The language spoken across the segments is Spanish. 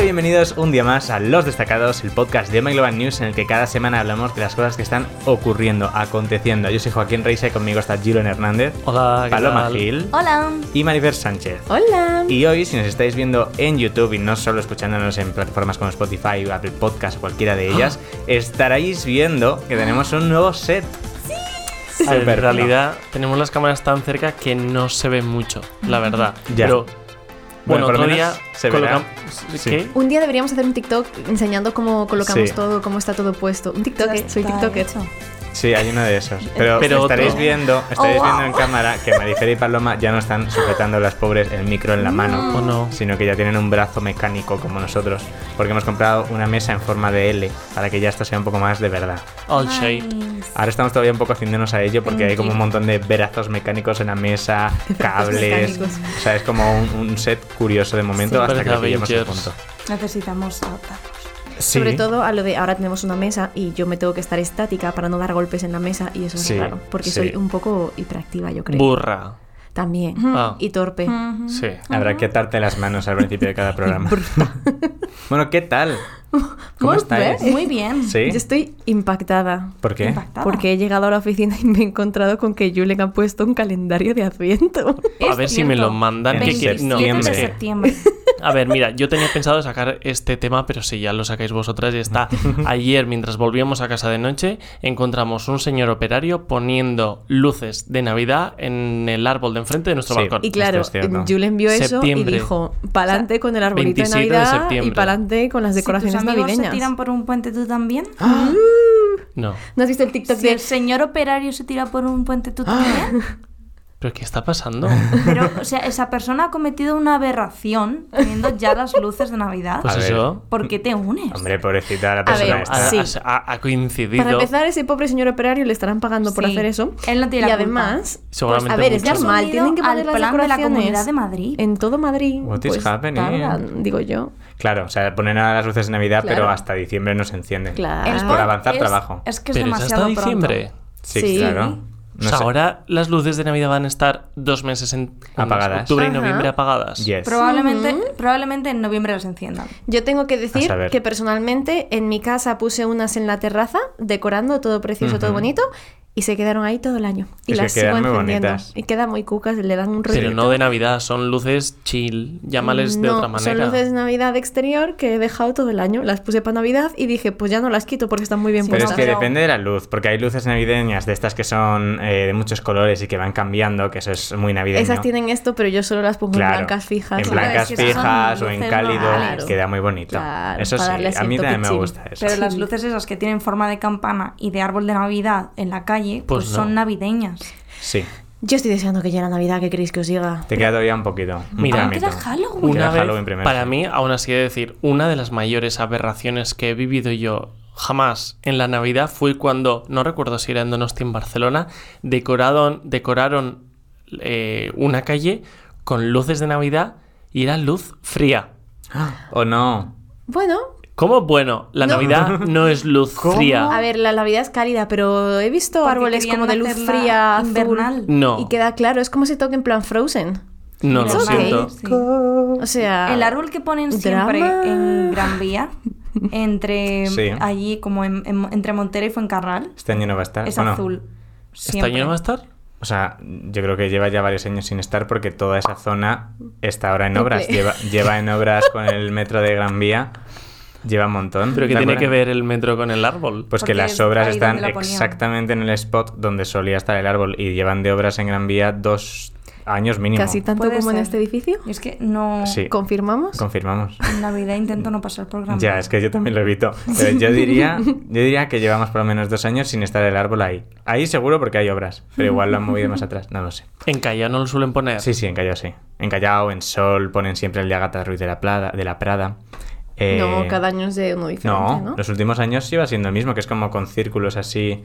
bienvenidos un día más a Los Destacados, el podcast de My Global News en el que cada semana hablamos de las cosas que están ocurriendo, aconteciendo. Yo soy Joaquín Reisa y conmigo está Giron Hernández, Hola, ¿qué Paloma tal? Gil Hola. y Marifer Sánchez. Hola. Y hoy, si nos estáis viendo en YouTube y no solo escuchándonos en plataformas como Spotify, Apple Podcast o cualquiera de ellas, estaréis viendo que tenemos un nuevo set. En Súper realidad tenemos las cámaras tan cerca que no se ve mucho, la verdad. Ya. Pero bueno, por lo otro menos día se verá. colocam- Sí. ¿Qué? Un día deberíamos hacer un TikTok enseñando cómo colocamos Sí. todo, cómo está todo puesto. Un TikTok, Ya eh, soy está TikToker. hecho. Sí, hay uno de esos. Pero, Pero otro. estaréis viendo, estaréis Oh, wow. viendo en cámara que Marifer y Paloma ya no están sujetando las pobres el micro en la mano, Oh, no. sino que ya tienen un brazo mecánico como nosotros, porque hemos comprado una mesa en forma de L para que ya esto sea un poco más de verdad. All shape. Nice. Ahora estamos todavía un poco haciéndonos a ello Mm, porque hay como un montón de brazos mecánicos en la mesa, cables. mecánicos. O sea, es como un, un set curioso de momento Sí. hasta que Parece lo pillemos el Avengers. punto. Necesitamos adaptarnos. Sobre Sí. todo a lo de ahora tenemos una mesa y yo me tengo que estar estática para no dar golpes en la mesa y eso Sí, es raro, porque sí. soy un poco hiperactiva, yo creo. Burra. También. Ah. Y torpe. Sí. Habrá Ah. que atarte las manos al principio de cada programa. bueno, ¿qué tal? ¿Cómo Muy estáis? bien. Muy bien. Sí. Yo estoy impactada. ¿Por qué? Impactada. Porque he llegado a la oficina y me he encontrado con que Julen ha puesto un calendario de adviento. A ver si me lo mandan. En que quiero- no, 27 de septiembre. septiembre. A ver, mira, yo tenía pensado sacar este tema, pero si ya lo sacáis vosotras, ya está. Ayer, mientras volvíamos a casa de noche, encontramos un señor operario poniendo luces de Navidad en el árbol de enfrente de nuestro Sí. balcón. Y claro, Esto es cierto. Julen vio eso y Septiembre. dijo, pa'lante con el arbolito 27 de de Navidad y septiembre. pa'lante con las Si tus decoraciones amigos se navideñas. tiran por un puente, ¿tú también? No. ¿No has visto el TikTok Si de el señor operario se tira por un puente, ¿tú también? ¿Pero qué está pasando? Pero, o sea, esa persona ha cometido una aberración teniendo ya las luces de Navidad. Pues A ver. eso. ¿Por qué te unes? Hombre, pobrecita la persona ver, esta. Ha, Sí. ha- ha coincidido. Para empezar, ese pobre señor operario le estarán pagando por Sí. hacer eso. Él no tiene y la además, culpa. Seguramente pues, a ver, es muchos. normal, tienen que Al poner las plan de la decoraciones Comunidad de Madrid. En todo Madrid. What is pues, happening? tardan, digo yo. Claro, o sea, ponen ahora las luces de Navidad, Claro. pero hasta diciembre no se encienden. Claro. Es Es Ah. por que avanzar es- trabajo. Es que es pero es demasiado hasta diciembre. pronto. Sí, Sí. claro. o No sea, sé. Pues ahora las luces de Navidad van a estar dos meses en Apagadas. octubre y Ajá. noviembre apagadas. Yes. Probablemente, probablemente en noviembre las enciendan. Yo tengo que decir saber. que personalmente en mi casa puse unas en la terraza, decorando todo precioso, todo Ujú. bonito, y se quedaron ahí todo el año. Y Es que las sigo quedan muy encendiendo. bonitas. Y quedan muy cucas, le dan un ruido. Pero no de Navidad, son luces chill. Llámales de No, otra manera. Son luces de Navidad exterior que he dejado todo el año. Las puse para Navidad y dije, pues ya no las quito porque están muy bien Sí, Pero no, es que pero- depende de la luz, porque hay luces navideñas de estas que son eh, de muchos colores y que van cambiando, que eso es muy navideño. Esas tienen esto, pero yo solo las pongo Claro, en blancas fijas. En ¿sabes? Claro, blancas es que esas son fijas o en luces cálido, normales. queda muy bonito. Claro, eso para sí, darle a mí cierto también me pichín. gusta eso. Pero las luces esas que tienen forma de campana y de árbol de Navidad en la calle, Pues pues, no. son navideñas. Sí, Yo estoy deseando que llegue la Navidad, ¿qué queréis que os diga? te queda todavía un poquito. un Mira, tramito. Antes era Ah, Halloween. Porque Una era vez, Halloween primero, para sí. mí, aún así he de decir, una de las mayores aberraciones que he vivido yo jamás en la Navidad fue cuando, no recuerdo si era en Donosti en Barcelona, decoraron, decoraron eh, una calle con luces de Navidad y era luz fría. ¿O no? Bueno, ¿Cómo? Bueno, la No. Navidad no es luz fría. Ah. a ver, la Navidad es cálida, pero he visto Porque árboles querían como de luz hacerla fría, azul, invernal. No. Y queda claro, es como si toque en plan Frozen. No, lo It's okay. siento. Sí. O sea... El árbol que ponen siempre Drama. en Gran Vía, entre Sí. allí como en- en- entre Montera y Fuencarral, Este año no va a estar. es ¿o no? azul. ¿Este Siempre. año no va a estar? O sea, yo creo que lleva ya varios años sin estar porque toda esa zona está ahora en obras. Triple. Lleva, lleva en obras con el metro de Gran Vía. Lleva un montón. Pero que ¿te tiene que acuerdas? ver el metro con el árbol. Pues que Porque las es obras ahí están donde la ponían. exactamente en el spot donde solía estar el árbol y llevan de obras en Gran Vía dos años mínimo. Casi tanto Puede como en ser. este edificio. Y Es que no. Sí. ¿Confirmamos? Confirmamos. En Navidad intento no pasar por Gran Ya, Vía. es que yo también lo evito. Pero yo diría, yo diría que llevamos por lo menos dos años sin estar el árbol ahí. Ahí seguro porque hay obras, pero igual lo han movido más atrás, no lo sé. En Calla no lo suelen poner. Sí, sí, en Callao sí. En Callao, en Sol, ponen siempre el de Agatha Ruiz de la, Plada, de la Prada. Eh, No, cada año es de uno diferente, No, ¿no? los últimos años iba siendo el mismo, que es como con círculos así.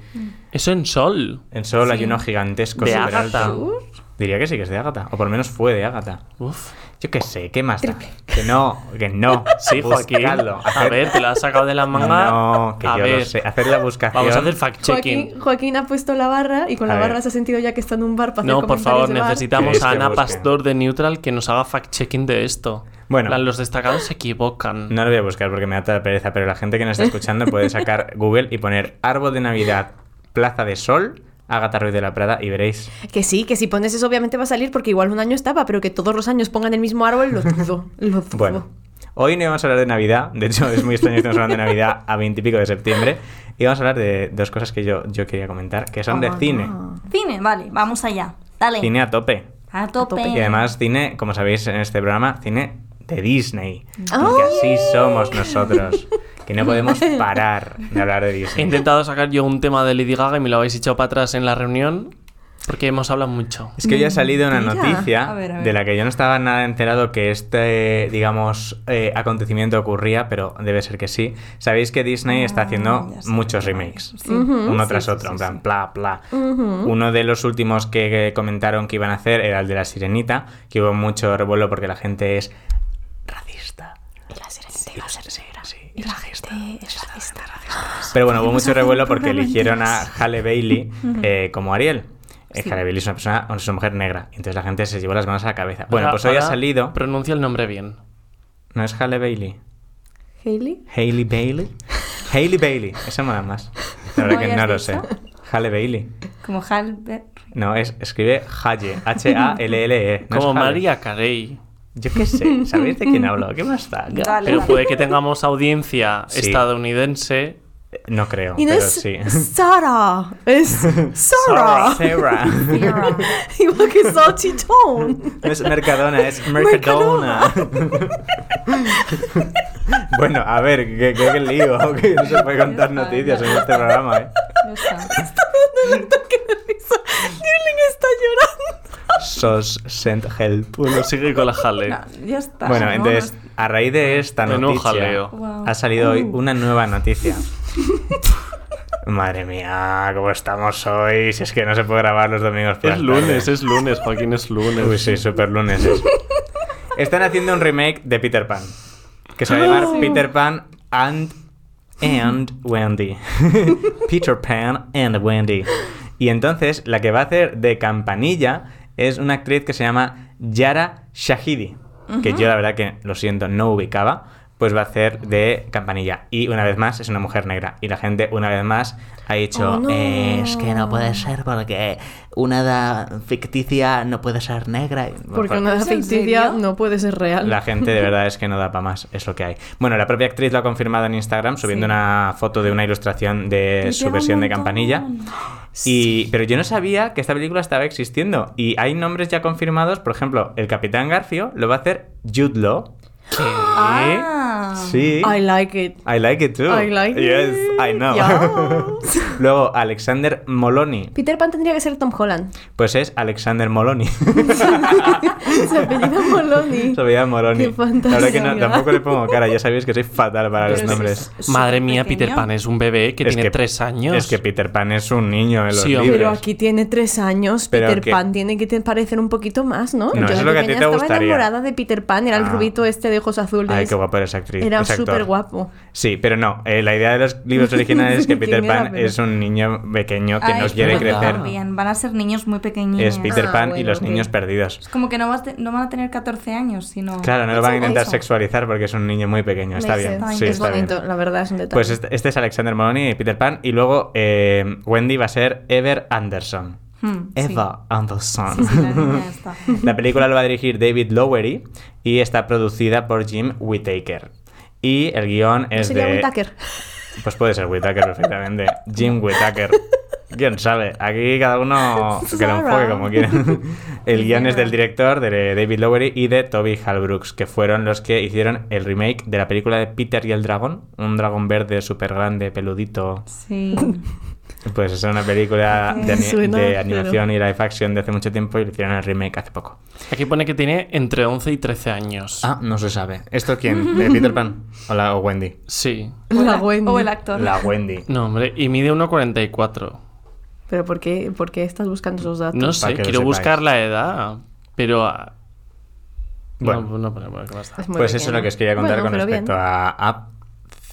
Eso en sol. En Sol hay Sí. uno gigantesco De súper Ágata. alto. Diría que sí que es de Ágata, o por lo menos fue de Ágata. Uf. Yo qué sé, ¿qué más da? Que no, que no. Sí, Joaquín. Buscadlo. A ver, te la has sacado de la manga. No, que a yo ver. lo sé. Hacer la buscación. Vamos a hacer fact-checking. Joaquín, Joaquín ha puesto la barra y con A la ver. barra se ha sentido ya que está en un bar para hacer No, por comentarios favor, de bar. necesitamos ¿Queréis a que Ana busque? Pastor de Neutral que nos haga fact-checking de esto. Bueno. plan, los destacados se equivocan. No lo voy a buscar porque me da toda pereza, pero la gente que nos está escuchando puede sacar Google y poner árbol de Navidad, Plaza de Sol, Agatha Ruiz de la Prada y veréis. Que sí, que si pones eso obviamente va a salir porque igual un año estaba, pero que todos los años pongan el mismo árbol, lo dudo. Lo dudo. Bueno, hoy no íbamos a hablar de Navidad, de hecho es muy extraño que estemos hablando de Navidad a 20 y pico de septiembre, y vamos a hablar de dos cosas que yo, yo quería comentar, que son de Ah, cine. Cine, vale, vamos allá. Dale. Cine a tope. A tope. tope. Y además cine, como sabéis en este programa, cine de Disney. Porque así somos nosotros, que no podemos parar de hablar de He Disney. intentado sacar yo un tema de Lady Gaga y me lo habéis echado para atrás en la reunión porque hemos hablado mucho. Es que hoy ha salido una Mentira. noticia Mm, A ver, a ver. de la que yo no estaba nada enterado que este, digamos, eh, acontecimiento ocurría, pero debe ser que sí. Sabéis que Disney está haciendo Ah, ya sé. muchos remakes, Sí. uno Sí, tras sí, otro, sí, en sí. plan, bla, bla. Ujú. Uno de los últimos que, que comentaron que iban a hacer era el de la sirenita, que hubo mucho revuelo porque la gente es racista. Y la sirenita y la cervera. Sí, Y la gente es racista. Pero bueno, hubo mucho hacer un revuelo porque programa eligieron a enteras. Halle Bailey eh, como Ariel. Eh, Sí. Halle Bailey es una persona, es una mujer negra. Entonces la gente se llevó las manos a la cabeza. Bueno, Ahora- pues hoy ha ahora salido. Pronuncia el nombre bien. ¿No es Halle Bailey? Hailey. ¿Hailey Bailey? Hailey Bailey. Esa mola más. La verdad ¿Cómo que habías no lo sé. dicho? Halle Bailey. Como Halbert. No, es, escribe Halle. H-A-L-L-E. E, no es Como Halle. María Carey. Yo qué sé. ¿Sabéis de quién hablo? ¿Qué más da? Dale. Pero puede que tengamos audiencia Sí. estadounidense. No creo, Y no pero es sí. Sara. Es Sarah. Sara. Sarah. Igual que salchichón. No es Mercadona, es Mercadona. bueno, a ver, que, que, que lío, que no se puede contar Ya está, noticias ya. en este programa, ¿eh? No está. No le toque de risa. Newling está llorando. Sos sent help. Bueno, sigue con la jale. No, ya está. Bueno, ¿no? entonces, a raíz de esta Menudo noticia, jaleo. Wow. ha salido hoy una nueva noticia. Madre mía, cómo estamos hoy. Si es que no se puede grabar los domingos. por Es las lunes, tardes. es lunes, Joaquín, es lunes. Uy, sí, super lunes. es. Están haciendo un remake de Peter Pan. Que se va a llamar Oh. Peter Pan and, and Wendy. Peter Pan and Wendy. Y entonces la que va a hacer de campanilla es una actriz que se llama Yara Shahidi. Que yo la verdad que, lo siento, no ubicaba. Pues va a hacer de campanilla. Y una vez más es una mujer negra. Y la gente una vez más ha dicho... Oh, no. "Eh, es que no puede ser porque una edad ficticia no puede ser negra. pues, Porque una ¿Es en ficticia serio? no puede ser real. La gente de verdad es que no da para más, es lo que hay. Bueno, la propia actriz lo ha confirmado en Instagram subiendo Sí. una foto de una ilustración de Me su pega versión un de montón. Campanilla. Y, pero yo no sabía que esta película estaba existiendo. Y hay nombres ya confirmados, por ejemplo, el Capitán Garfio lo va a hacer Jude Law. ¿Qué? Ah. Sí. I like it. I like it too. I like yes, it. I know. Yes. Luego, Alexander Moloney. Peter Pan tendría que ser Tom Holland. Pues es Alexander Moloney. Se apellida Moloney. Se veía Moloney. Qué fantasía. La verdad que no- tampoco le pongo cara, ya sabéis que soy fatal para los Pero si nombres. es súper Madre mía, pequeño. Peter ¿eh? Pan es un bebé que Pues, Es tiene que- tres años. Es que Peter Pan es un niño en los Sí, hombre. Pero libros. aquí tiene tres años. Pero Peter que- Pan tiene que te parecer un poquito más, ¿no? No, eso es de lo que a ti pequeña te estaba gustaría. enamorada de Peter Pan. Era el Ah. rubito este de ojos azules. Ay, qué guapo eres actriz. Era es actor. súper guapo. Sí, pero no. eh, la idea de los libros originales es que ¿Quién Peter era, Pan pero? es un niño pequeño que Ay, no quiere verdad. crecer. Ah, Bien, van a ser niños muy pequeñitos. Es Peter Ah, Pan y bueno, los ok. niños perdidos. Es como que no, vas de- no van a tener 14 años, sino... Claro, no lo van a Eso, intentar eso. sexualizar porque es un niño muy pequeño. Está Makes bien. sense. Sí, es está bien. bonito, la verdad, es un detalle. Pues este, este es Alexander Moloney y Peter Pan. Y luego eh, Wendy va a ser Ever Anderson. Hmm, sí. Eva Anderson. Sí, sí, la niña está. La película lo va a dirigir David Lowery y está producida por Jim Whittaker. Y el guión ¿No es sería de... Whittaker? Pues puede ser Whittaker perfectamente. Jim Whittaker. ¿Quién sabe? Aquí cada uno que lo enfoque Sarah. como quiera. El guión es del director, de David Lowery y de Toby Halbrooks, que fueron los que hicieron el remake de la película de Peter y el dragón. Un dragón verde súper grande, peludito. Sí. Pues es una película de, ani- Suena, de pero- animación y live action de hace mucho tiempo y le hicieron el remake hace poco. Aquí pone que tiene entre 11 y 13 años. Ah, no se sabe. ¿Esto quién? ¿Eh, ¿Peter Pan? O la o Wendy. Sí. O el la ac- Wendy. O el actor. La Wendy. No, hombre, y mide 1,44. ¿Pero por qué, por qué estás buscando esos datos? No Ah, Para sé, que lo quiero sepáis. buscar la edad, pero... ah, Bueno. No, no, pero bueno, ¿qué más da? Es muy Pues eso es pequeño. lo que os quería contar Bueno, con pero bien. respecto a, a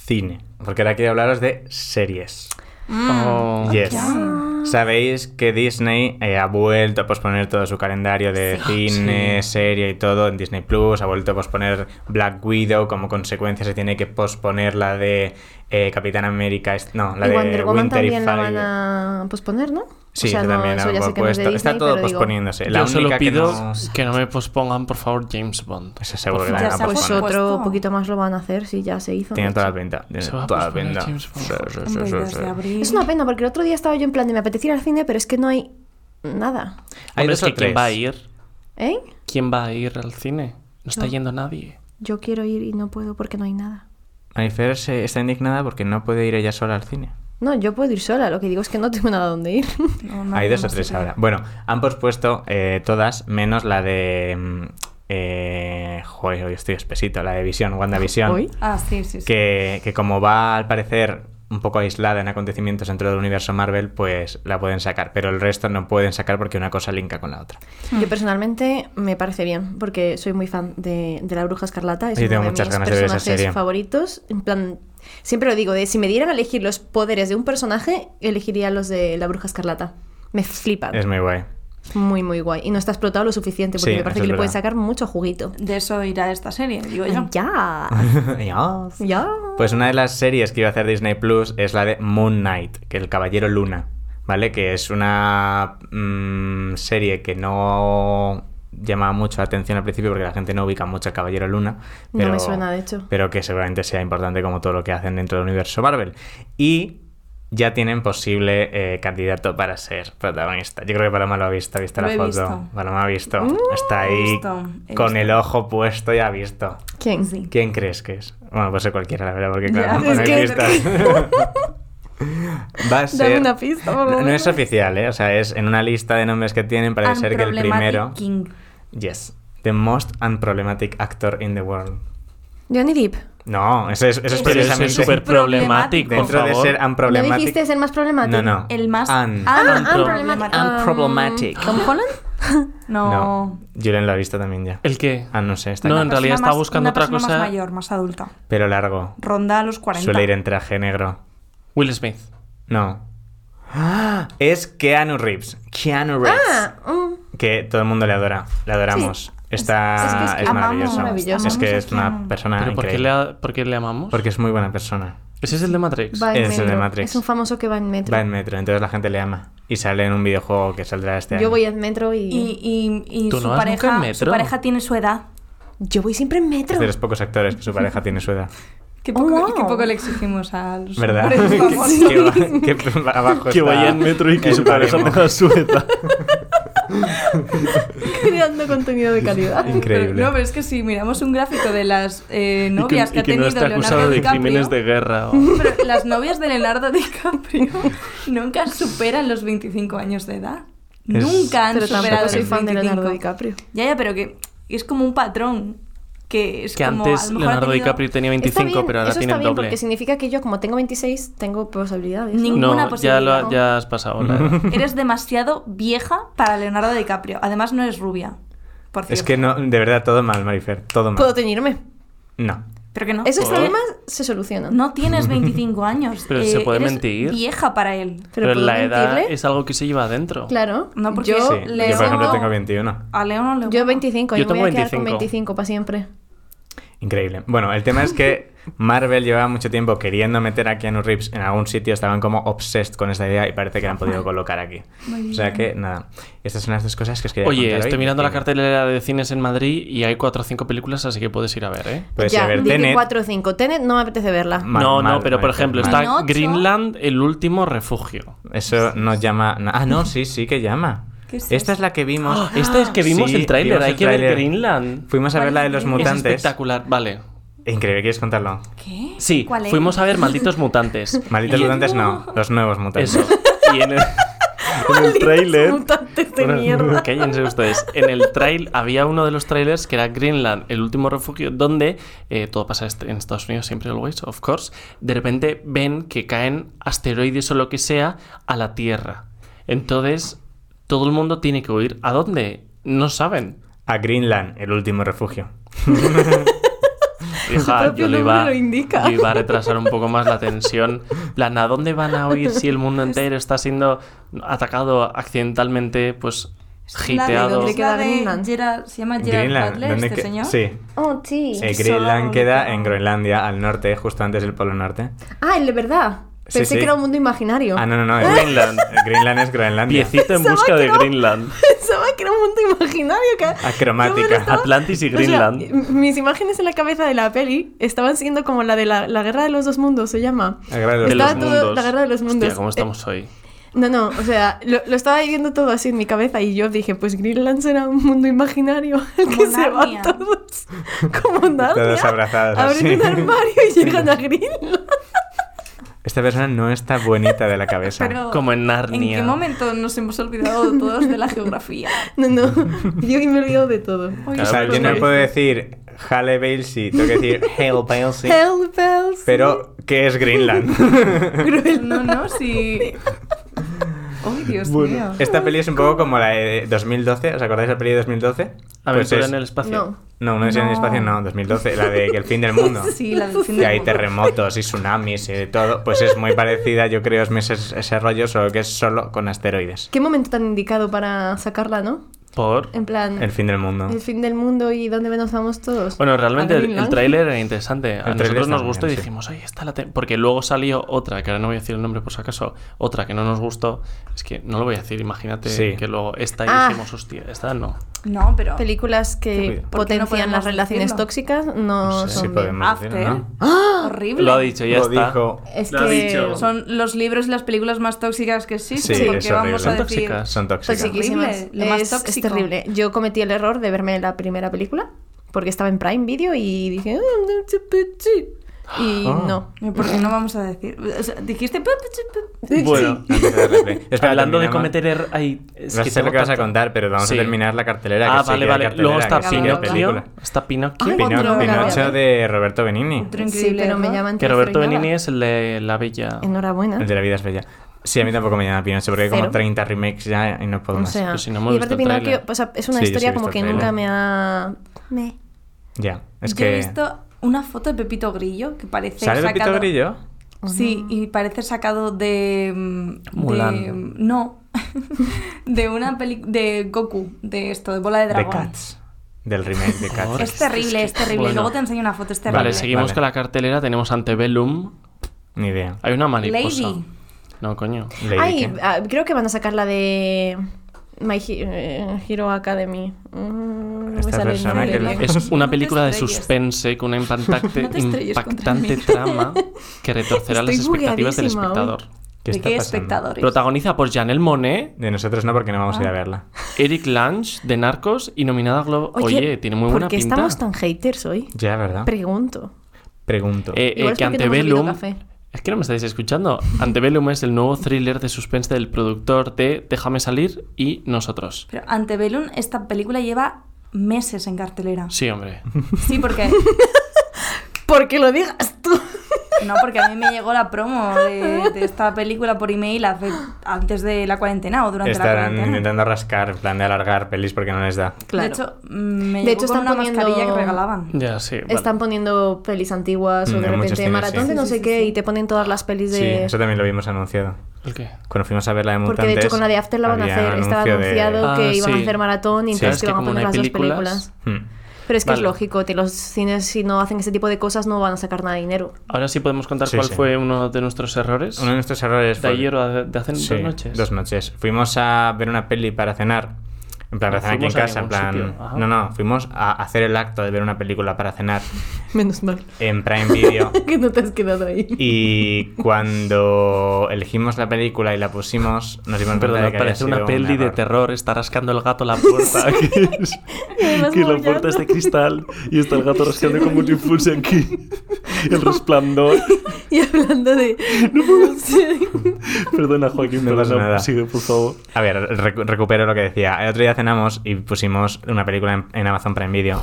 cine. Porque ahora quiero hablaros de series. Mm. Oh. Yes. Ah. Sabéis que Disney eh, ha vuelto a posponer todo su calendario de cine, serie y todo en Disney Plus. Ha vuelto a posponer Black Widow. Como consecuencia, se tiene que posponer la de eh, Capitán América. est- No, la y de Wonder Woman Winter también y la Fall. van a posponer, ¿no? Sí, o sea, que no, también eso la ya han sé que no es de pospuesto. Está Disney, todo pero digo, posponiéndose. La Yo solo única que pido no- que no... me pospongan, por favor, James Bond. Eso seguro Por que la Ya van a se ha Pues posponer. pospuesto. otro poquito más lo van a hacer si ya se hizo. Tiene de toda la hecho. pinta. Tiene Se va a toda la posponer pinta. James Bond. Sí, sí, sí, Hombre, sí, desde sí. abril. Es una pena porque el otro día estaba yo en plan de me apetecía ir al cine, pero es que no hay nada. Hay Hombre, dos es que o tres. ¿Quién va a ir? ¿Eh? ¿Quién va a ir al cine? No está yendo nadie. Yo quiero ir y no puedo porque no hay nada. Marifer se está indignada porque no puede ir ella sola al cine. No, yo puedo ir sola, lo que digo es que no tengo nada donde ir. Mm. No, no Hay dos o no sé tres qué. ahora. Bueno, han pospuesto eh, todas, menos la de. mm, Eh, joder, hoy estoy espesito, la de Visión, WandaVision. ¿Hoy? Ah, sí, sí, sí. Que, que como va al parecer un poco aislada en acontecimientos dentro del universo Marvel, pues la pueden sacar. Pero el resto no pueden sacar porque una cosa linka con la otra. Yo personalmente me parece bien, porque soy muy fan de, de La Bruja Escarlata. Es Yo uno tengo de muchas mis ganas de ver esa personajes serie. favoritos. En plan, siempre lo digo, de si me dieran a elegir los poderes de un personaje, elegiría los de La Bruja Escarlata. Me flipan. Es muy guay. Es muy, muy guay. Y no está explotado lo suficiente, porque Sí, me parece eso es que le pueden verdad. sacar mucho juguito. De eso irá esta serie, digo yo. Ya. Yes. Ya. Pues una de las series que iba a hacer Disney Plus es la de Moon Knight, que el Caballero Luna, ¿vale? Que es una mm, serie que no llama mucho la atención al principio porque la gente no ubica mucho al Caballero Luna. No me Pero, suena, de hecho. Pero que seguramente sea importante como todo lo que hacen dentro del universo Marvel. Y ya tienen posible eh, candidato para ser protagonista. Yo creo que Paloma lo ha visto, ha visto Lo la he foto. visto. Paloma ha visto. Está ahí visto, he con visto. el ojo puesto y ha visto. ¿Quién? Sí. ¿Quién crees que es? Bueno, puede ser cualquiera, la verdad, porque claro, no Ya, es hay que- pistas. Va a ser... Dame una pista, por lo No, no menos. es oficial, ¿eh? O sea, es en una lista de nombres que tienen, parece ser que el primero... Unproblematic King. Yes. The most unproblematic actor in the world. Johnny Depp. No, eso es, eso es Pero eso Pero precisamente... es súper problemático, problemático. por Dentro de favor. ser ¿No unproblematic... dijiste es el más problemático? Eh, No, no. El más. Un. Ah, Unpro- unproblematic. un- Um, problematic. ¿Tom Holland? No. No, Julian lo ha visto también ya. ¿El qué? Ah, no sé, está No, aquí. en realidad Persona estaba más- buscando una otra persona cosa. más mayor, más adulta. Pero largo. Ronda a los 40. Suele ir en traje negro. Will Smith. No. ¡Ah! Es Keanu Reeves. Keanu Reeves. Ah, mm. Que todo el mundo le adora. Le adoramos. Está, es es, que es que amamos, maravilloso. maravilloso. Es que Amamos es a una Keanu. persona ¿Pero por qué, le, increíble. a- por qué le amamos? Porque es muy buena persona. Ese es el de Matrix. Va en Es el de metro. Matrix. Es un famoso que va en metro. Va en metro, entonces la gente le ama. Y sale en un videojuego que saldrá este Yo año. voy en metro y... Y, y, y ¿Tú su, no vas nunca pareja, en metro? su pareja tiene su edad. Yo voy siempre en metro. Es de los pocos actores que su pareja tiene su edad. Qué poco- qué poco le Oh. exigimos a los ¿Verdad? famosos. Que va- que va- abajo Pues está el baremo. su edad. Creando contenido de calidad. Increíble. Pero- no, pero es que si miramos un gráfico de las eh, Y novias que, y ha tenido no está Leonardo acusado de DiCaprio, crímenes de guerra. o- pero las novias de Leonardo DiCaprio nunca superan los 25 años de edad. Es- Nunca han Pero tampoco superado superado los soy fan de 25. Leonardo DiCaprio. Ya, ya, pero que es como un patrón. Que es que como, a antes lo mejor ha Leonardo tenido DiCaprio tenía Está 25, bien, pero ahora eso tiene está el bien doble. porque significa que yo, como tengo 26, tengo posibilidades. Ningún- No, ninguna ya, lo ha- posibilidad. ya has pasado. la edad. Eres demasiado vieja para Leonardo DiCaprio. Además, no eres rubia. Por cierto. Es que no, de verdad, todo mal, Marifer. Todo mal. Puedo teñirme. No. Pero que no. Esos ¿Puedo? problemas se solucionan. No tienes 25 años. Eh, Pero se puede eres mentir. Vieja para él. Pero, Pero, ¿puedo la edad mentirle? es algo que se lleva adentro. Claro. No, porque yo, Oh, Sí, Leo, yo, por ejemplo, no. tengo 21. A Leo no le Yo gusta. 25, yo, Yo me voy a tengo quedar con 25. 25 para siempre. Increíble. Bueno, el tema es que Marvel llevaba mucho tiempo queriendo meter a Keanu Reeves en algún sitio, estaban como obsessed con esta idea y parece que la han podido colocar aquí. Muy O sea bien. que, nada. Estas son las dos cosas que os quería Oye, contar hoy. estoy mirando la Tiene- cartelera de cines en Madrid y hay 4 o 5 películas, así que puedes ir a ver, ¿eh? Puedes ir Pues ya, a ver di que Tenet. Mm, 4 o 5. Tenet no me apetece verla. Mal, no, mal, no, pero por Maricel, ejemplo, mal. está Pinocho. Greenland, el último refugio. Eso nos llama. na- Ah, no, sí, sí que llama. ¿Qué es Esta es la que vimos. Ah, esta es que vimos Sí, el tráiler, vimos hay el que ver tráiler. Greenland. Fuimos a ver la de los Parece Es mutantes. espectacular, vale. Increíble, ¿quieres contarlo? ¿Qué? Sí, ¿Cuál es? fuimos a ver Malditos Mutantes. Malditos Y- mutantes, no. Los nuevos mutantes. Eso. Y en el, en el tráiler... Mutantes de Bueno, mierda. Cállense ustedes. En el trail había uno de los trailers que era Greenland, el último refugio, donde eh, todo pasa est- en Estados Unidos, siempre always, of course. De repente ven que caen asteroides o lo que sea a la Tierra. Entonces, todo el mundo tiene que huir. ¿A dónde? No saben. A Greenland, el último refugio. Hija, propio "Ah, yo le nombre iba, lo indica. yo iba a retrasar un poco más la tensión. Plan, ¿a dónde van a oír si el mundo entero está siendo atacado accidentalmente, pues, La hiteado? de, dónde es queda la de Greenland? Gerard- se llama Gerard Greenland. Butler, ¿dónde este que- señor. Sí. Oh, sí. Eh, Sí, Greenland son- queda en Groenlandia, al norte, justo antes del Polo Norte. Ah, el de verdad. Sí, Pensé sí. que era un mundo imaginario. Ah, no, no, no. es- Greenland. Greenland es Groenlandia. Piecito en busca de Greenland. Pensaba que era un mundo imaginario. Que... Ah, Acromática. Yo me lo estaba- Atlantis y O sea, Greenland. m- mis imágenes en la cabeza de la peli estaban siendo como la de la, la guerra de los dos mundos, se llama. La guerra de los de Estaba los dos todo- mundos. la guerra de los mundos. Eh, Hostia, ¿cómo estamos hoy? No, no, o sea, lo, lo estaba viendo todo así en mi cabeza y yo dije, pues Greenland será un mundo imaginario al Como que se van Narnia. todos como Narnia. Todos abrazados Abren así. un armario y llegan a Greenland. Esta persona no está bonita de la cabeza. Pero, Como en Narnia. ¿En qué momento nos hemos olvidado todos de la geografía? No, no, yo me he olvidado de todo. Oye, o Claro, sea, pero yo no sí. puedo decir Halle Bailey, tengo que decir Hale Bailey. Hell bells. Pero, ¿qué es Greenland? Cruel. No, no, sí. Uy, Dios mío. Esta peli es un poco como la de 2012. ¿Os acordáis de la peli de 2012? Pues Aventura es- en el espacio. No. No, no es en el No. espacio, no, 2012, la de El fin del mundo. Sí, la del fin Que del hay mundo. terremotos y tsunamis y de todo. Pues es muy parecida, yo creo, es mi- ese, ese rollo, solo que es solo con asteroides. Qué momento tan indicado para sacarla, ¿no? Por. En plan, El fin del mundo. el fin del mundo y dónde nos vamos todos. Bueno, realmente ¿A el, el Greenland? tráiler era interesante. A El tráiler nosotros está nos muy gustó y bien, sí. dijimos, oye, esta la te-". Porque luego salió otra, que ahora no voy a decir el nombre por si acaso, otra que no nos gustó. Es que no lo voy a decir, imagínate Sí. que luego esta y Ah. dijimos, hostia, esta no. No, pero. Películas Cuidado. que ¿Por qué no potencian podemos las relaciones decirlo? tóxicas no No sé. son Sí, bien. podemos After. decirlo, ¿no? Horrible. Ah, Eh, Lo ha dicho, ya Lo está. dijo. Es Lo ha que dicho. Son los libros y las películas más tóxicas que existen. Sí, porque es vamos horrible. a Son decir. tóxicas. Son Pues tóxicas. Toxiquísimas. Horrible, lo más es, es tóxico. terrible. Yo cometí el error de verme la primera película porque estaba en Prime Video y dije. "Ah, no sé, pues, sí". Y Ah. no. ¿Por qué no vamos a decir? O sea, dijiste. pu, pu, pu, pu. Bueno, Antes de darle play. Espera, hablando de terminamos. cometer er- ay, es No que sé lo tengo que vas a tanto- contar, pero vamos Sí. a terminar la cartelera. Ah, que vale, sigue vale. cartelera, Luego está que sigue Pinocchio. Pinocchio. película. Está Ah, Pinocchio. Ay, Pino- Otro. Pinocho de Roberto Benigni. Otro Sí, increíble pero me error. llaman Que Roberto Trifreñada. Benigni es el de La Bella. Enhorabuena. El de la vida es bella. Sí, a mí tampoco me llama Pinocho porque hay como Cero. 30 remakes ya y no puedo O más. sea, Pero si no hemos y visto aparte el Pinocchio, tráiler. o sea, es una Sí, yo sí he historia como visto que el nunca tráiler. me ha. Me. Ya, es Yo he que... visto una foto de Pepito Grillo que parece. ¿Sale Pepito sacado- Grillo? Oh. Sí, y parece sacado de. mm, Mulan. de- no. de una peli. de Goku, de esto, de bola de De dragón. Cats. Del remake de Cats. Ahora. Es terrible, es terrible. Bueno. Luego te enseño una foto, es terrible. Vale, seguimos vale. con la cartelera. Tenemos Antebellum. Ni idea. Hay una mariposa. Lady. pues, No, coño. Lady Ay, Cat. ah, creo que van a sacar la de. My He- eh, Hero Academy. Mm, no me Esta sale el persona nombre, que ¿no? le- Es No una te película de estrelles. suspense con una impactante, No te estrelles contra impactante mí. trama que retorcerá las Estoy expectativas del bugueadísima hoy. espectador. ¿Qué ¿De está qué pasando? espectadores? Protagonizada por Janelle Monet, De nosotros no, porque no vamos a ir a Ah. verla. Eric Lange de Narcos y nominada a Globo. Oye, tiene muy buena ¿por qué pinta. estamos tan haters hoy? Ya, ¿verdad? Pregunto. Pregunto. Eh, eh, Igual es que porque no hemos bebido Antebellum. café. Es que no me estáis escuchando. Antebellum es el nuevo thriller de suspense del productor de Déjame salir y nosotros. Pero Antebellum, esta película lleva meses en cartelera. Sí, hombre. Sí, porque. Porque lo digas tú. No, porque a mí me llegó la promo de, de esta película por email hace- antes de la cuarentena o durante la Estarán cuarentena. intentando rascar, en plan de alargar pelis porque no les da. Claro. De hecho, mm, me De llegó hecho, con están una poniendo- mascarilla que regalaban. Ya, sí. vale. Están poniendo pelis antiguas Mm, o de en muchos repente cines, maratón sí. de no Sí, sé sí, qué sí. y te ponen todas las pelis de. Sí, eso también lo vimos anunciado. ¿El qué? Cuando fuimos a ver la de Mutantes... Porque de hecho con la de After la van a había hacer. Estaba anuncio de- anunciado Ah, que iban sí. a hacer maratón y Sí. entonces Claro, te es que van a como no poner hay las películas- dos películas. Hmm. Pero es que Vale. es lógico, que los cines si no hacen ese tipo de cosas no van a sacar nada de dinero. Ahora sí podemos contar Sí, cuál sí. fue uno de nuestros errores. Uno de nuestros errores de fue... ayer o de de hace Sí, dos noches. Dos noches. Fuimos a ver una peli para cenar. En plan, No para cenar aquí en Ah, fuimos a casa, en ningún plan... sitio, ajá. No, no, fuimos a hacer el acto de ver una película para cenar Menos mal en Prime Video. que no te has quedado ahí. Y cuando elegimos la película y la pusimos, nos dimos cuenta de Perdón, que había parece sido una un peli de error. terror. Está rascando el gato la puerta. que es- además que la maullando. puerta es de cristal y está el gato rascando como un impulso aquí. El resplandor. Y hablando de. Sí. Perdona, Joaquín, No pasa Pues perdona. nada. Sigue, por favor. A ver, recu- recupero lo que decía. El otro día cenamos y pusimos una película en, en Amazon Prime Video.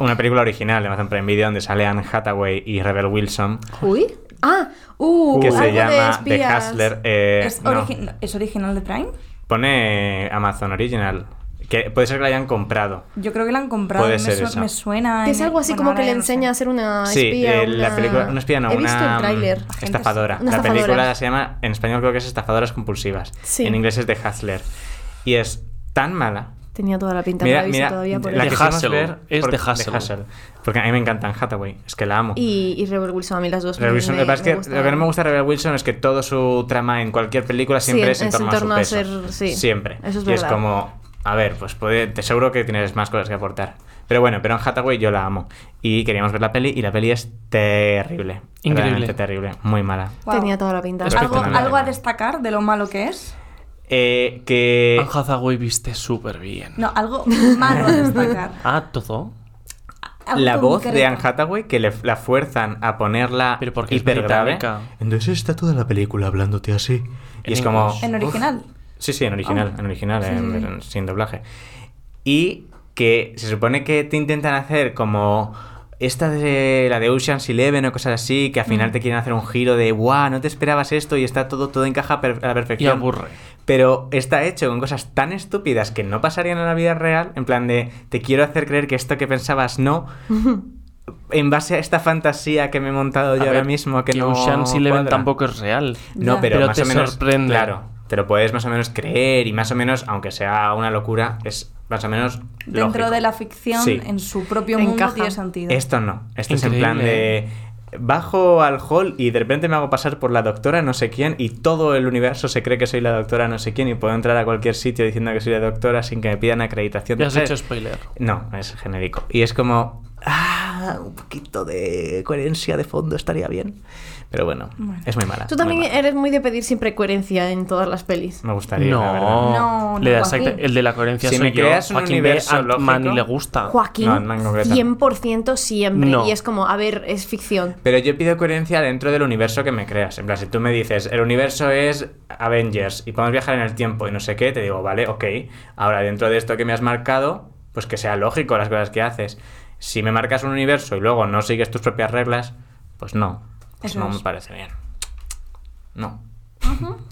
Una película original de Amazon Prime Video donde sale Anne Hathaway y Rebel Wilson, Uy. Ah, Oh. uh, que algo se de llama The espías. Hustler. eh, ¿Es, no. origi- ¿Es original de Prime? Pone Amazon Original, Que puede ser que la hayan comprado. Yo creo que la han comprado. Puede me, ser su- esa. me suena. Que es en- algo así bueno, como ahora que le ya no sé. enseña a ser una Sí, Ah, espía. eh, la una- película. No espía, no, He una. visto el tráiler. mm, Estafadora. Una la estafadora. película se llama. En español creo que es Estafadoras Compulsivas. Sí. En inglés es de Hustler. Y es tan mala. Tenía toda la pinta, no Mira, la he visto mira, todavía por la ahí. De que queremos Hustle, ver es por- de Hustle. Porque a mí me encantan Hathaway, es que la amo. Y, y Rebel Wilson, a mí las dos. Rebel Wilson, me- lo, que pasa es me que gustan. lo que no me gusta de Rebel Wilson es que todo su trama en cualquier película siempre es Sí, en es en torno, torno a a su peso. ser- sí, siempre. eso es y es verdad. como, a ver, pues puede, te seguro que tienes más cosas que aportar. Pero bueno, pero en Hathaway yo la amo. Y queríamos ver la peli y la peli es terrible. Increíble. Realmente terrible, muy mala. Guau. Tenía toda la pinta. Es ¿Algo, perfectamente algo a normal. destacar de lo malo que es? Eh, que... Anne Hathaway viste súper bien. No, algo malo a destacar. Ah, todo. Algo la voz de concreto. Anne Hathaway que le, la fuerzan a ponerla Pero porque es hipergrave. británica. Entonces está toda la película hablándote así. Y En es como... inglés. En uf. original. Sí, sí, en original, Ah. en original, Sí, en- sí, sí. en- sin doblaje. Y que se supone que te intentan hacer como esta de la de Ocean's Eleven o cosas así, que al Mm. final te quieren hacer un giro de guau, no te esperabas esto y está todo, todo encaja per- a la Y perfección. aburre. Pero está hecho con cosas tan estúpidas que no pasarían en la vida real, en plan de te quiero hacer creer que esto que pensabas no, en base a esta fantasía que me he montado yo A ahora ver, mismo que, no Ocean's Eleven cuadra". tampoco es real. No, Ya. pero, Pero más te o menos, sorprende. Claro, te lo puedes más o menos creer y más o menos, aunque sea una locura, es más o menos Dentro lógico. de la ficción, Sí. en su propio mundo, Encaja. tiene sentido. Esto no. Esto es en Increíble, plan de. Bajo al hall y de repente me hago pasar por la doctora no sé quién y todo el universo se cree que soy la doctora no sé quién y puedo entrar a cualquier sitio diciendo que soy la doctora sin que me pidan acreditación. Ya has ¿Sabes? hecho spoiler. No, es genérico. Y es como. Ah, un poquito de coherencia de fondo estaría bien. Pero bueno, Bueno. es muy mala. Tú muy también mala. eres muy de pedir siempre coherencia en todas las pelis. Me gustaría. la verdad. No, No, le no, das Joaquín. exacta- el de la coherencia Si soy me yo. creas un Joaquín ve universo Ant-Man lógico- y le gusta. Joaquín, No, no en concreto. 100% siempre. No. Y es como, a ver, es ficción. Pero yo pido coherencia dentro del universo que me creas. En plan, si tú me dices, el universo es Avengers y podemos viajar en el tiempo y no sé qué, te digo, vale, ok. Ahora, dentro de esto que me has marcado, pues que sea lógico las cosas que haces. Si me marcas un universo y luego no sigues tus propias reglas, pues no. Pues Eso no es. me parece bien. No.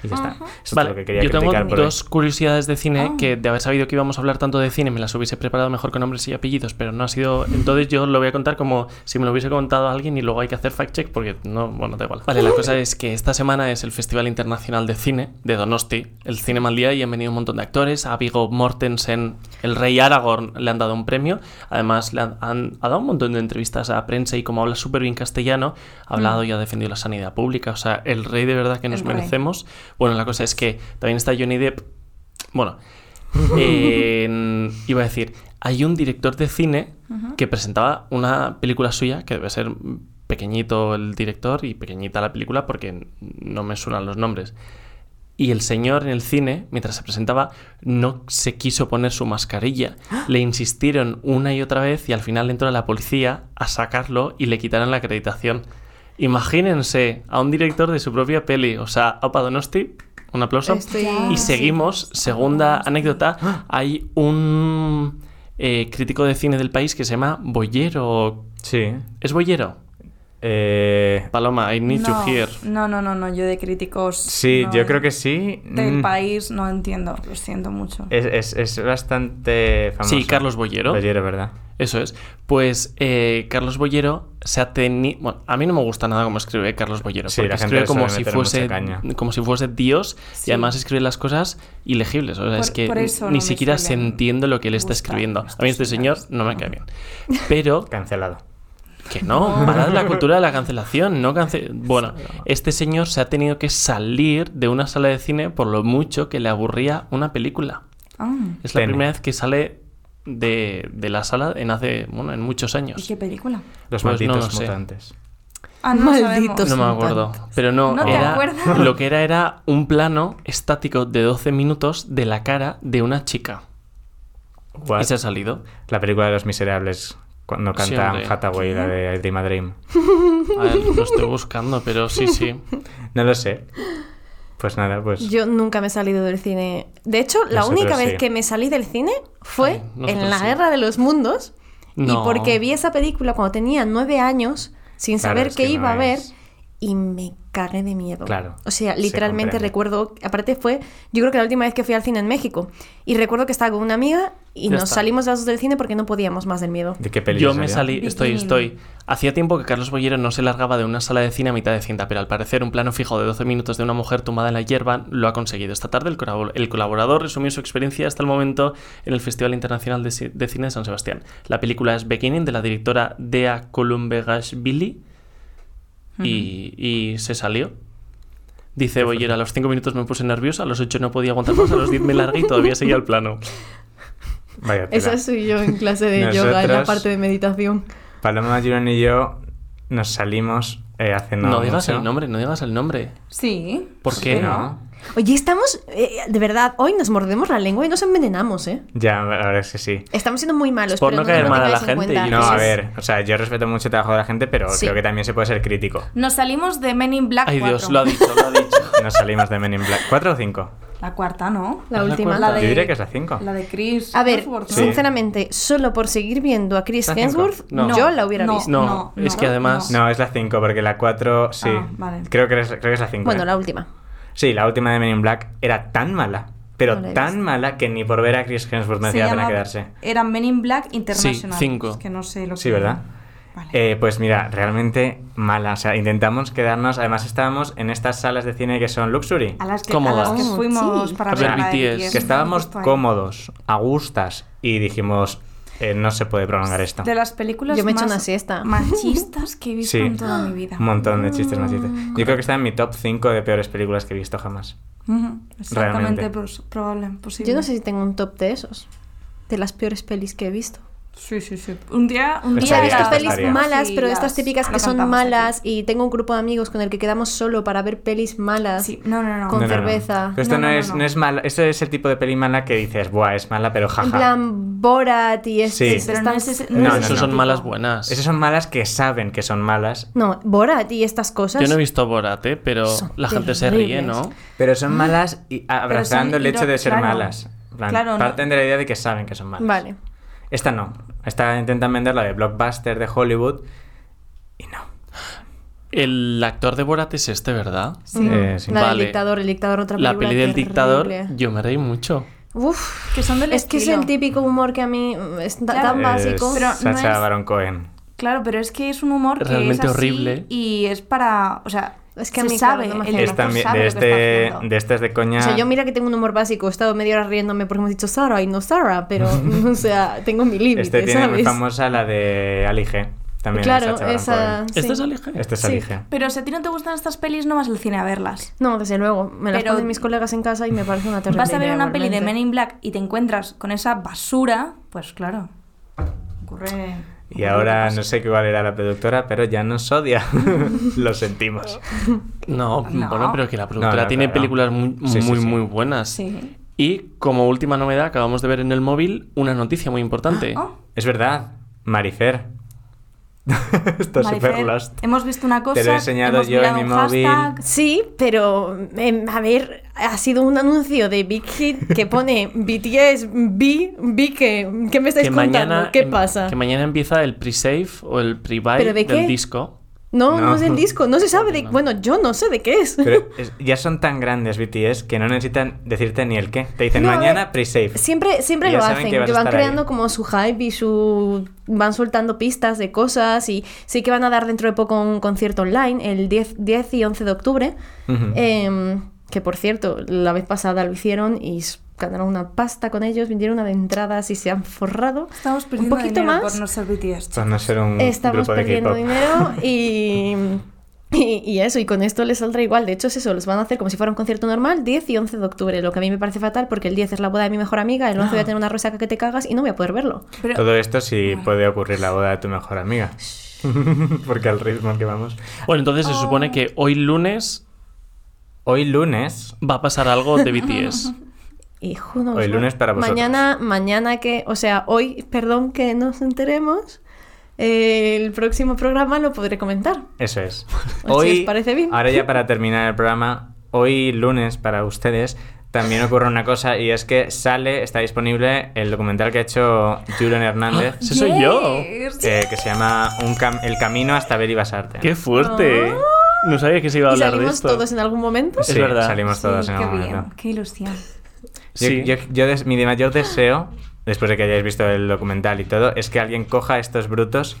Y ya está. Eso es Vale, lo que quería yo tengo criticar por hoy. dos curiosidades de cine Ah. que de haber sabido que íbamos a hablar tanto de cine me las hubiese preparado mejor con nombres y apellidos, pero no ha sido... Entonces yo lo voy a contar como si me lo hubiese contado alguien y luego hay que hacer fact-check porque no, bueno, da igual. Vale, la cosa es que esta semana es el Festival Internacional de Cine de Donosti, el Cine al Día, y han venido un montón de actores. A Vigo Mortensen, el rey Aragorn, le han dado un premio. Además, le han, han- ha dado un montón de entrevistas a la prensa y como habla súper bien castellano, ha hablado y ha defendido la sanidad pública. O sea, el rey de verdad que nos El rey. merecemos sabemos. Bueno, la cosa es que también está Johnny Depp. Bueno, en- iba a decir, hay un director de cine que presentaba una película suya que debe ser pequeñito el director y pequeñita la película porque no me suenan los nombres. Y el señor en el cine, mientras se presentaba, no se quiso poner su mascarilla. Le insistieron una y otra vez y al final entró la policía a sacarlo y le quitaron la acreditación. Imagínense a un director de su propia peli, o sea, Opa Donosti, un aplauso. Estoy- Ya. Y sí. seguimos, segunda anécdota, hay un eh, crítico de cine del país que se llama Boyero. Sí. ¿Es Boyero? Eh, Paloma, I need no, you here. no, no, no, no, yo de críticos. sí, no, yo creo que sí. Del Mm. Eh, país no entiendo, lo siento mucho. Es, es- es bastante famoso. Sí, Carlos Boyero. Bollero, ¿verdad? Eso es. Pues eh, Carlos Bollero se ha tenido. Bueno, a mí no me gusta nada cómo escribe Carlos Bollero, Sí, porque la gente escribe le como suele si, meter mucha fuese, caña. como si fuese Dios y Sí. además escribe las cosas ilegibles. O sea, es Por- que por eso ni no me siquiera se suelen entiende lo que él está gustar escribiendo. estos A mí este señor señores. no me cae bien. Pero Cancelado. que no, parad la cultura de la cancelación, no cance- Bueno, este señor se ha tenido que salir de una sala de cine por lo mucho que le aburría una película. Ah, Es la Tenet. primera vez que sale de, de la sala en hace, bueno, en muchos ¿y años. qué película? Los Pues no malditos lo sé. mutantes. Ah, no Malditos. sabemos. No me son acuerdo. tantos. Pero no, ¿No te era- acuerdas? lo que era era un plano estático de 12 minutos de la cara de una chica. What? Y se ha salido. La película de los miserables, cuando Sí, canta hombre. Hathaway, la de I Dream a Dream. A ver, lo estoy buscando, pero sí, sí. No lo sé. Pues nada, pues. Yo nunca me he salido del cine. De hecho, la Nosotros única sí. vez que me salí del cine fue Ay, nosotros en la sí. Guerra de los Mundos. No. Y porque vi esa película cuando tenía nueve años, sin Claro, saber es qué que iba no a ver, es- y me cagué de miedo. Claro, O sea, se literalmente comprende. recuerdo, aparte fue, yo creo que la última vez que fui al cine en México, y recuerdo que estaba con una amiga y Ya nos está. salimos las dos del cine porque no podíamos más del miedo. ¿De qué peli Yo se me salió? salí, Bikini. estoy, estoy. Hacía tiempo que Carlos Bollero no se largaba de una sala de cine a mitad de cinta, pero al parecer un plano fijo de 12 minutos de una mujer tumbada en la hierba lo ha conseguido. Esta tarde el, colabor- el colaborador resumió su experiencia hasta el momento en el Festival Internacional de, Ci- de Cine de San Sebastián. La película es Beginning de la directora Dea Columbegashvili y, y se salió. Dice Bollero, a los 5 minutos me puse nerviosa, a los 8 no podía aguantar más, a los 10 me largué y todavía seguía el plano. Vaya tela. Esa soy yo en clase de yoga, en la Nosotros- parte de meditación. Paloma Girón y yo nos salimos eh, hace no No, digas mucho. el nombre, no digas el nombre. Sí. ¿Por qué? No. Oye, estamos, eh, de verdad, hoy nos mordemos la lengua y nos envenenamos, ¿eh? Ya, la verdad es que sí. Estamos siendo muy malos. Por pero no caer te mal a la tengáis en gente cuenta. y No, Entonces- a ver, o sea, yo respeto mucho el trabajo de la gente, pero Sí. creo que también se puede ser crítico. Nos salimos de Men in Black Ay 4. Dios, lo ha dicho, lo ha dicho. Nos salimos de Men in Black. ¿Cuatro o cinco? La cuarta, ¿no? La ¿Os última. acuerdas? La de- Yo diría que es la cinco. La de Chris. A ver, Hemsworth, ¿no? Sí. sinceramente, solo por seguir viendo a Chris La cinco. Hemsworth, No. yo la hubiera No. visto. No, No, es no, que además. No, es la cinco, porque la cuatro, sí. Ah, vale. creo, que es, creo que es la cinco. Bueno, ¿eh? la última. Sí, la última de Men in Black era tan mala, pero No la he tan visto. mala que ni por ver a Chris Hemsworth merecía la pena llama- quedarse. Era Men in Black International. Sí, cinco. Es que no sé lo Sí, que- ¿verdad? Vale. Eh, pues mira, realmente mala. O sea, intentamos quedarnos. Además, estábamos en estas salas de cine que son Luxury. a las que, a cómodas. las que Oh, fuimos sí. para A ver, ver la de BTS. BTS. Que estábamos Justo ahí. cómodos, a gustas, y dijimos, eh, no se puede prolongar esto. De las películas Yo me he más hecho una siesta. machistas que he visto Sí. en toda mi vida. Un montón de chistes machistas. Yo creo que está en mi top 5 de peores películas que he visto jamás. Ujú, Exactamente, Realmente. pros- probable, posible. Yo no sé si tengo un top de esos. De las peores pelis que he visto. Sí, sí, sí. Un día, un Pero día estaría- estas estas pelis estaría. malas, Sí, pero las- estas típicas lo que son cantamos malas aquí. y tengo un grupo de amigos con el que quedamos solo para ver pelis malas. Sí, no, no, no. Con cerveza. Pero esto No, no, no, no, es, no. no. es malo. Esto es el tipo de peli mala que dices, buah, es mala, pero jaja. En plan Borat y estos Sí. Pero no están- es ese- No, no, es Esas ese no. son tipo. malas buenas. Esas son malas que saben que son malas, No, Borat y estas cosas. Yo no he visto Borat, ¿eh? pero Son la gente se ríe, ¿no? pero son malas y abrazando son el hecho de iro- ser claro. malas. En plan, Claro, no. parten de la idea de que saben que son malas. Vale. Esta no. Esta intentan vender la de blockbuster de Hollywood y no. El actor de Borat es este, ¿verdad? Sí. Eh, sí. Mm. La del Vale. dictador, el dictador, otra La película peli del terrible. dictador, yo me reí mucho. Uf, Que son del es que es el estilo. típico humor que a mí mm, es ta- Claro. tan Eh, básico. Pero no Sacha es- Baron Cohen. Claro, pero es que es un humor que Realmente es así horrible. y es para, o sea, Es que a se mí, claro, sabe, no me el hace Es Esta director también- de, sabe lo que está este, haciendo. de este es de coña. O sea, yo mira que tengo un humor básico, he estado media hora riéndome porque hemos dicho Sara y no Sara, pero, o sea, tengo mi límite, este tiene ¿sabes? muy famosa la de Ali G. También claro, Sacha Baron esa... Cohen. sí. ¿Este es Alige? Este es Sí. Ali G. Pero si a ti no te gustan estas pelis, no vas al cine a verlas. No, desde luego, me las Pero- ponen mis colegas en casa y me parece una terrible Vas a ver idea, una peli de igualmente. Men in Black y te encuentras con esa basura, pues claro. Ocurre. Y ahora no sé cuál era la productora, pero ya nos odia. Lo sentimos. No, No. bueno, pero que la productora No, no, tiene claro. películas muy, Sí, sí, muy, sí. muy buenas. Sí. Y como última novedad, acabamos de ver en el móvil una noticia muy importante. Oh, Ah, Es verdad, Marifer. Está Marifer, super lost. Hemos visto una cosa. Te lo he enseñado hemos yo en mirado mi un móvil. hashtag. Sí, pero em, a ver, ha sido un anuncio de Big Hit que pone BTS, B, B, que, ¿qué me estáis que contando? mañana, ¿Qué em- pasa? Que mañana empieza el pre-save o el pre-buy ¿Pero de del qué? disco. No, no, No. es el disco, no se sabe de... Bueno, yo no sé de qué es. Pero es- ya son tan grandes BTS que no necesitan decirte ni el qué. Te dicen No, eh, a mañana ver, pre-save. Siempre, siempre Ya lo saben hacen, que vas que a van estar creando ahí. como su hype y su... van soltando pistas de cosas y sí que van a dar dentro de poco un concierto online el 10, 10 y 11 de octubre, Ujú. em, que por cierto, la vez pasada lo hicieron y s- ganaron una pasta con ellos, vendieron una de entradas y se han forrado. Estamos un perdiendo poquito dinero más. por no ser BTS. Por no ser un Estamos grupo de perdiendo K-pop. dinero y, y, y eso, y con esto les saldrá igual. De hecho, es eso, los van a hacer como si fuera un concierto normal 10 y 11 de octubre, lo que a mí me parece fatal porque el 10 es la boda de mi mejor amiga, el 11 Ah. voy a tener una resaca que te cagas y no voy a poder verlo. Pero- Todo esto si puede ocurrir la boda de tu mejor amiga. Porque al ritmo que vamos. Bueno, entonces se Oh. supone que hoy lunes Hoy lunes. va a pasar algo de BTS. Hijo, no Hoy sé. lunes para vosotros. Mañana, mañana que, o sea, hoy, perdón que nos enteremos, eh, el próximo programa lo podré comentar. Eso es. Así Pues os parece bien. Ahora ya para terminar el programa, hoy lunes para ustedes también ocurre una cosa y es que sale, está disponible el documental que ha hecho Julian Hernández Ah, Ese soy yo. Yes. eh, que se llama Un cam- El camino hasta ver y basarte. ¡Qué fuerte! Oh. No sabía que se iba a ¿Y hablar de salimos esto. todos en algún momento? Es verdad. Salimos todas Sí, en qué algún bien, momento. qué ilusión. Yo- Sí. Yo, yo des- mi mayor deseo, después de que hayáis visto el documental y todo, es que alguien coja estos brutos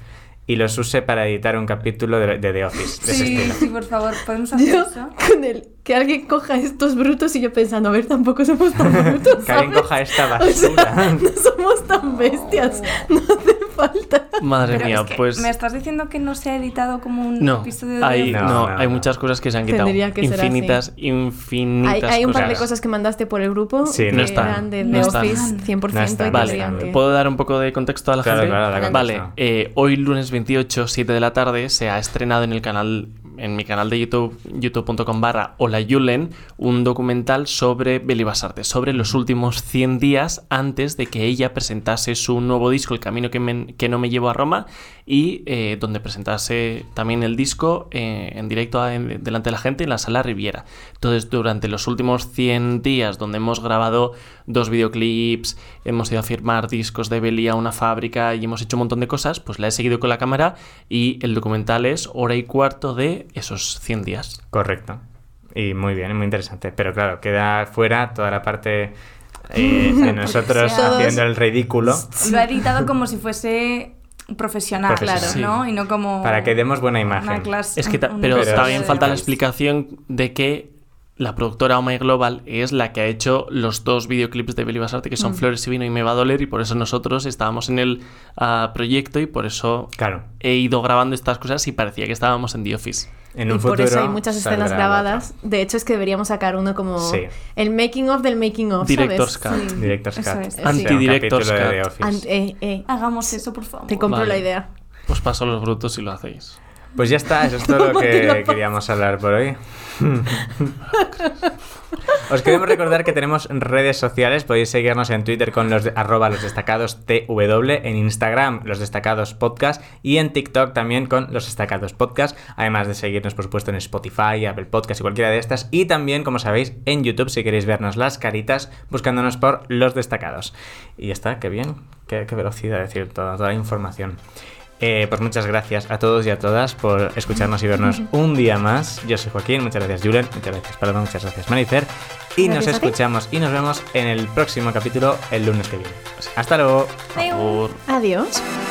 y los use para editar un capítulo de, de The Office. De ese Sí, estilo. sí, por favor, podemos hacer Yo Ah, eso. con el que alguien coja estos brutos y yo pensando, a ver, tampoco somos tan brutos. Que alguien ¿sabes? coja esta O sea, basura. no somos tan bestias. No hace falta. Madre Pero mía, es que pues. ¿Me estás diciendo que no se ha editado como un No, episodio de hay, No, no, no, hay no. muchas cosas que se han quitado. Tendría que ser así. infinitas, infinitas. Hay, hay un par de cosas. cosas que mandaste por el grupo Sí, no que están, eran de no The están. Office No 100% y están, no Vale, tendrían están. que- ¿puedo dar un poco de contexto a la Claro, gente? claro, da vale, contexto. eh, hoy lunes 28, 7 de la tarde, se ha estrenado en el canal, en mi canal de YouTube, youtube.com barra Hola Yulen, un documental sobre Beli Basarte, sobre los últimos 100 días antes de que ella presentase su nuevo disco, El Camino que, me- que no me llevo a Roma, y eh, donde presentase también el disco eh, en directo a- en- delante de la gente en la sala Riviera. Entonces, durante los últimos 100 días, donde hemos grabado dos videoclips, hemos ido a firmar discos de Belly a una fábrica y hemos hecho un montón de cosas, pues la he seguido con la cámara y el documental es hora y cuarto de esos 100 días. Correcto. Y muy bien, y muy interesante. Pero claro, queda fuera toda la parte eh, de nosotros sea- haciendo el ridículo Lo ha editado como si fuese profesional, Profesional. claro, Sí. ¿no? Y no como para que demos buena una imagen. clase. Es que ta- un- un pero Pero- también falta la Sí. explicación de que la productora Oh My Global es la que ha hecho los dos videoclips de Beli Basarte, que son Flores y Vino y Me Va a Doler, y por eso nosotros estábamos en el ah, proyecto y por eso Claro. he ido grabando estas cosas y parecía que estábamos en The Office. En un y futuro por eso hay muchas escenas saldrá la otra. grabadas. De hecho, es que deberíamos sacar uno como Sí. el making of del making of. Director's ¿sabes? Cut. Sí. Director's Eso Cut. es. O sea, un Antidirector's capítulo de The Cut. Office. Ant- eh, eh, Hagamos eso, por favor. Te compro Vale. la idea. Os paso los brutos y lo hacéis. Pues ya está, eso es todo lo Tómatelo que fácil. queríamos hablar por hoy. Os queremos recordar que tenemos redes sociales, podéis seguirnos en Twitter con los de- arroba los destacados TW, en Instagram los destacados podcast y en TikTok también con los destacados podcast, además de seguirnos por supuesto en Spotify, Apple Podcast y cualquiera de estas y también como sabéis en YouTube si queréis vernos las caritas buscándonos por los destacados. Y ya está, qué bien, qué, qué velocidad decir toda, toda la información. Eh, pues muchas gracias a todos y a todas por escucharnos y vernos un día más. Yo soy Joaquín, muchas gracias Julen, muchas gracias Paloma, muchas gracias Marifer. Y Gracias nos a ti. escuchamos y nos vemos en el próximo capítulo el lunes que viene. Pues Hasta luego. Adeu. Por- Adiós. Adiós.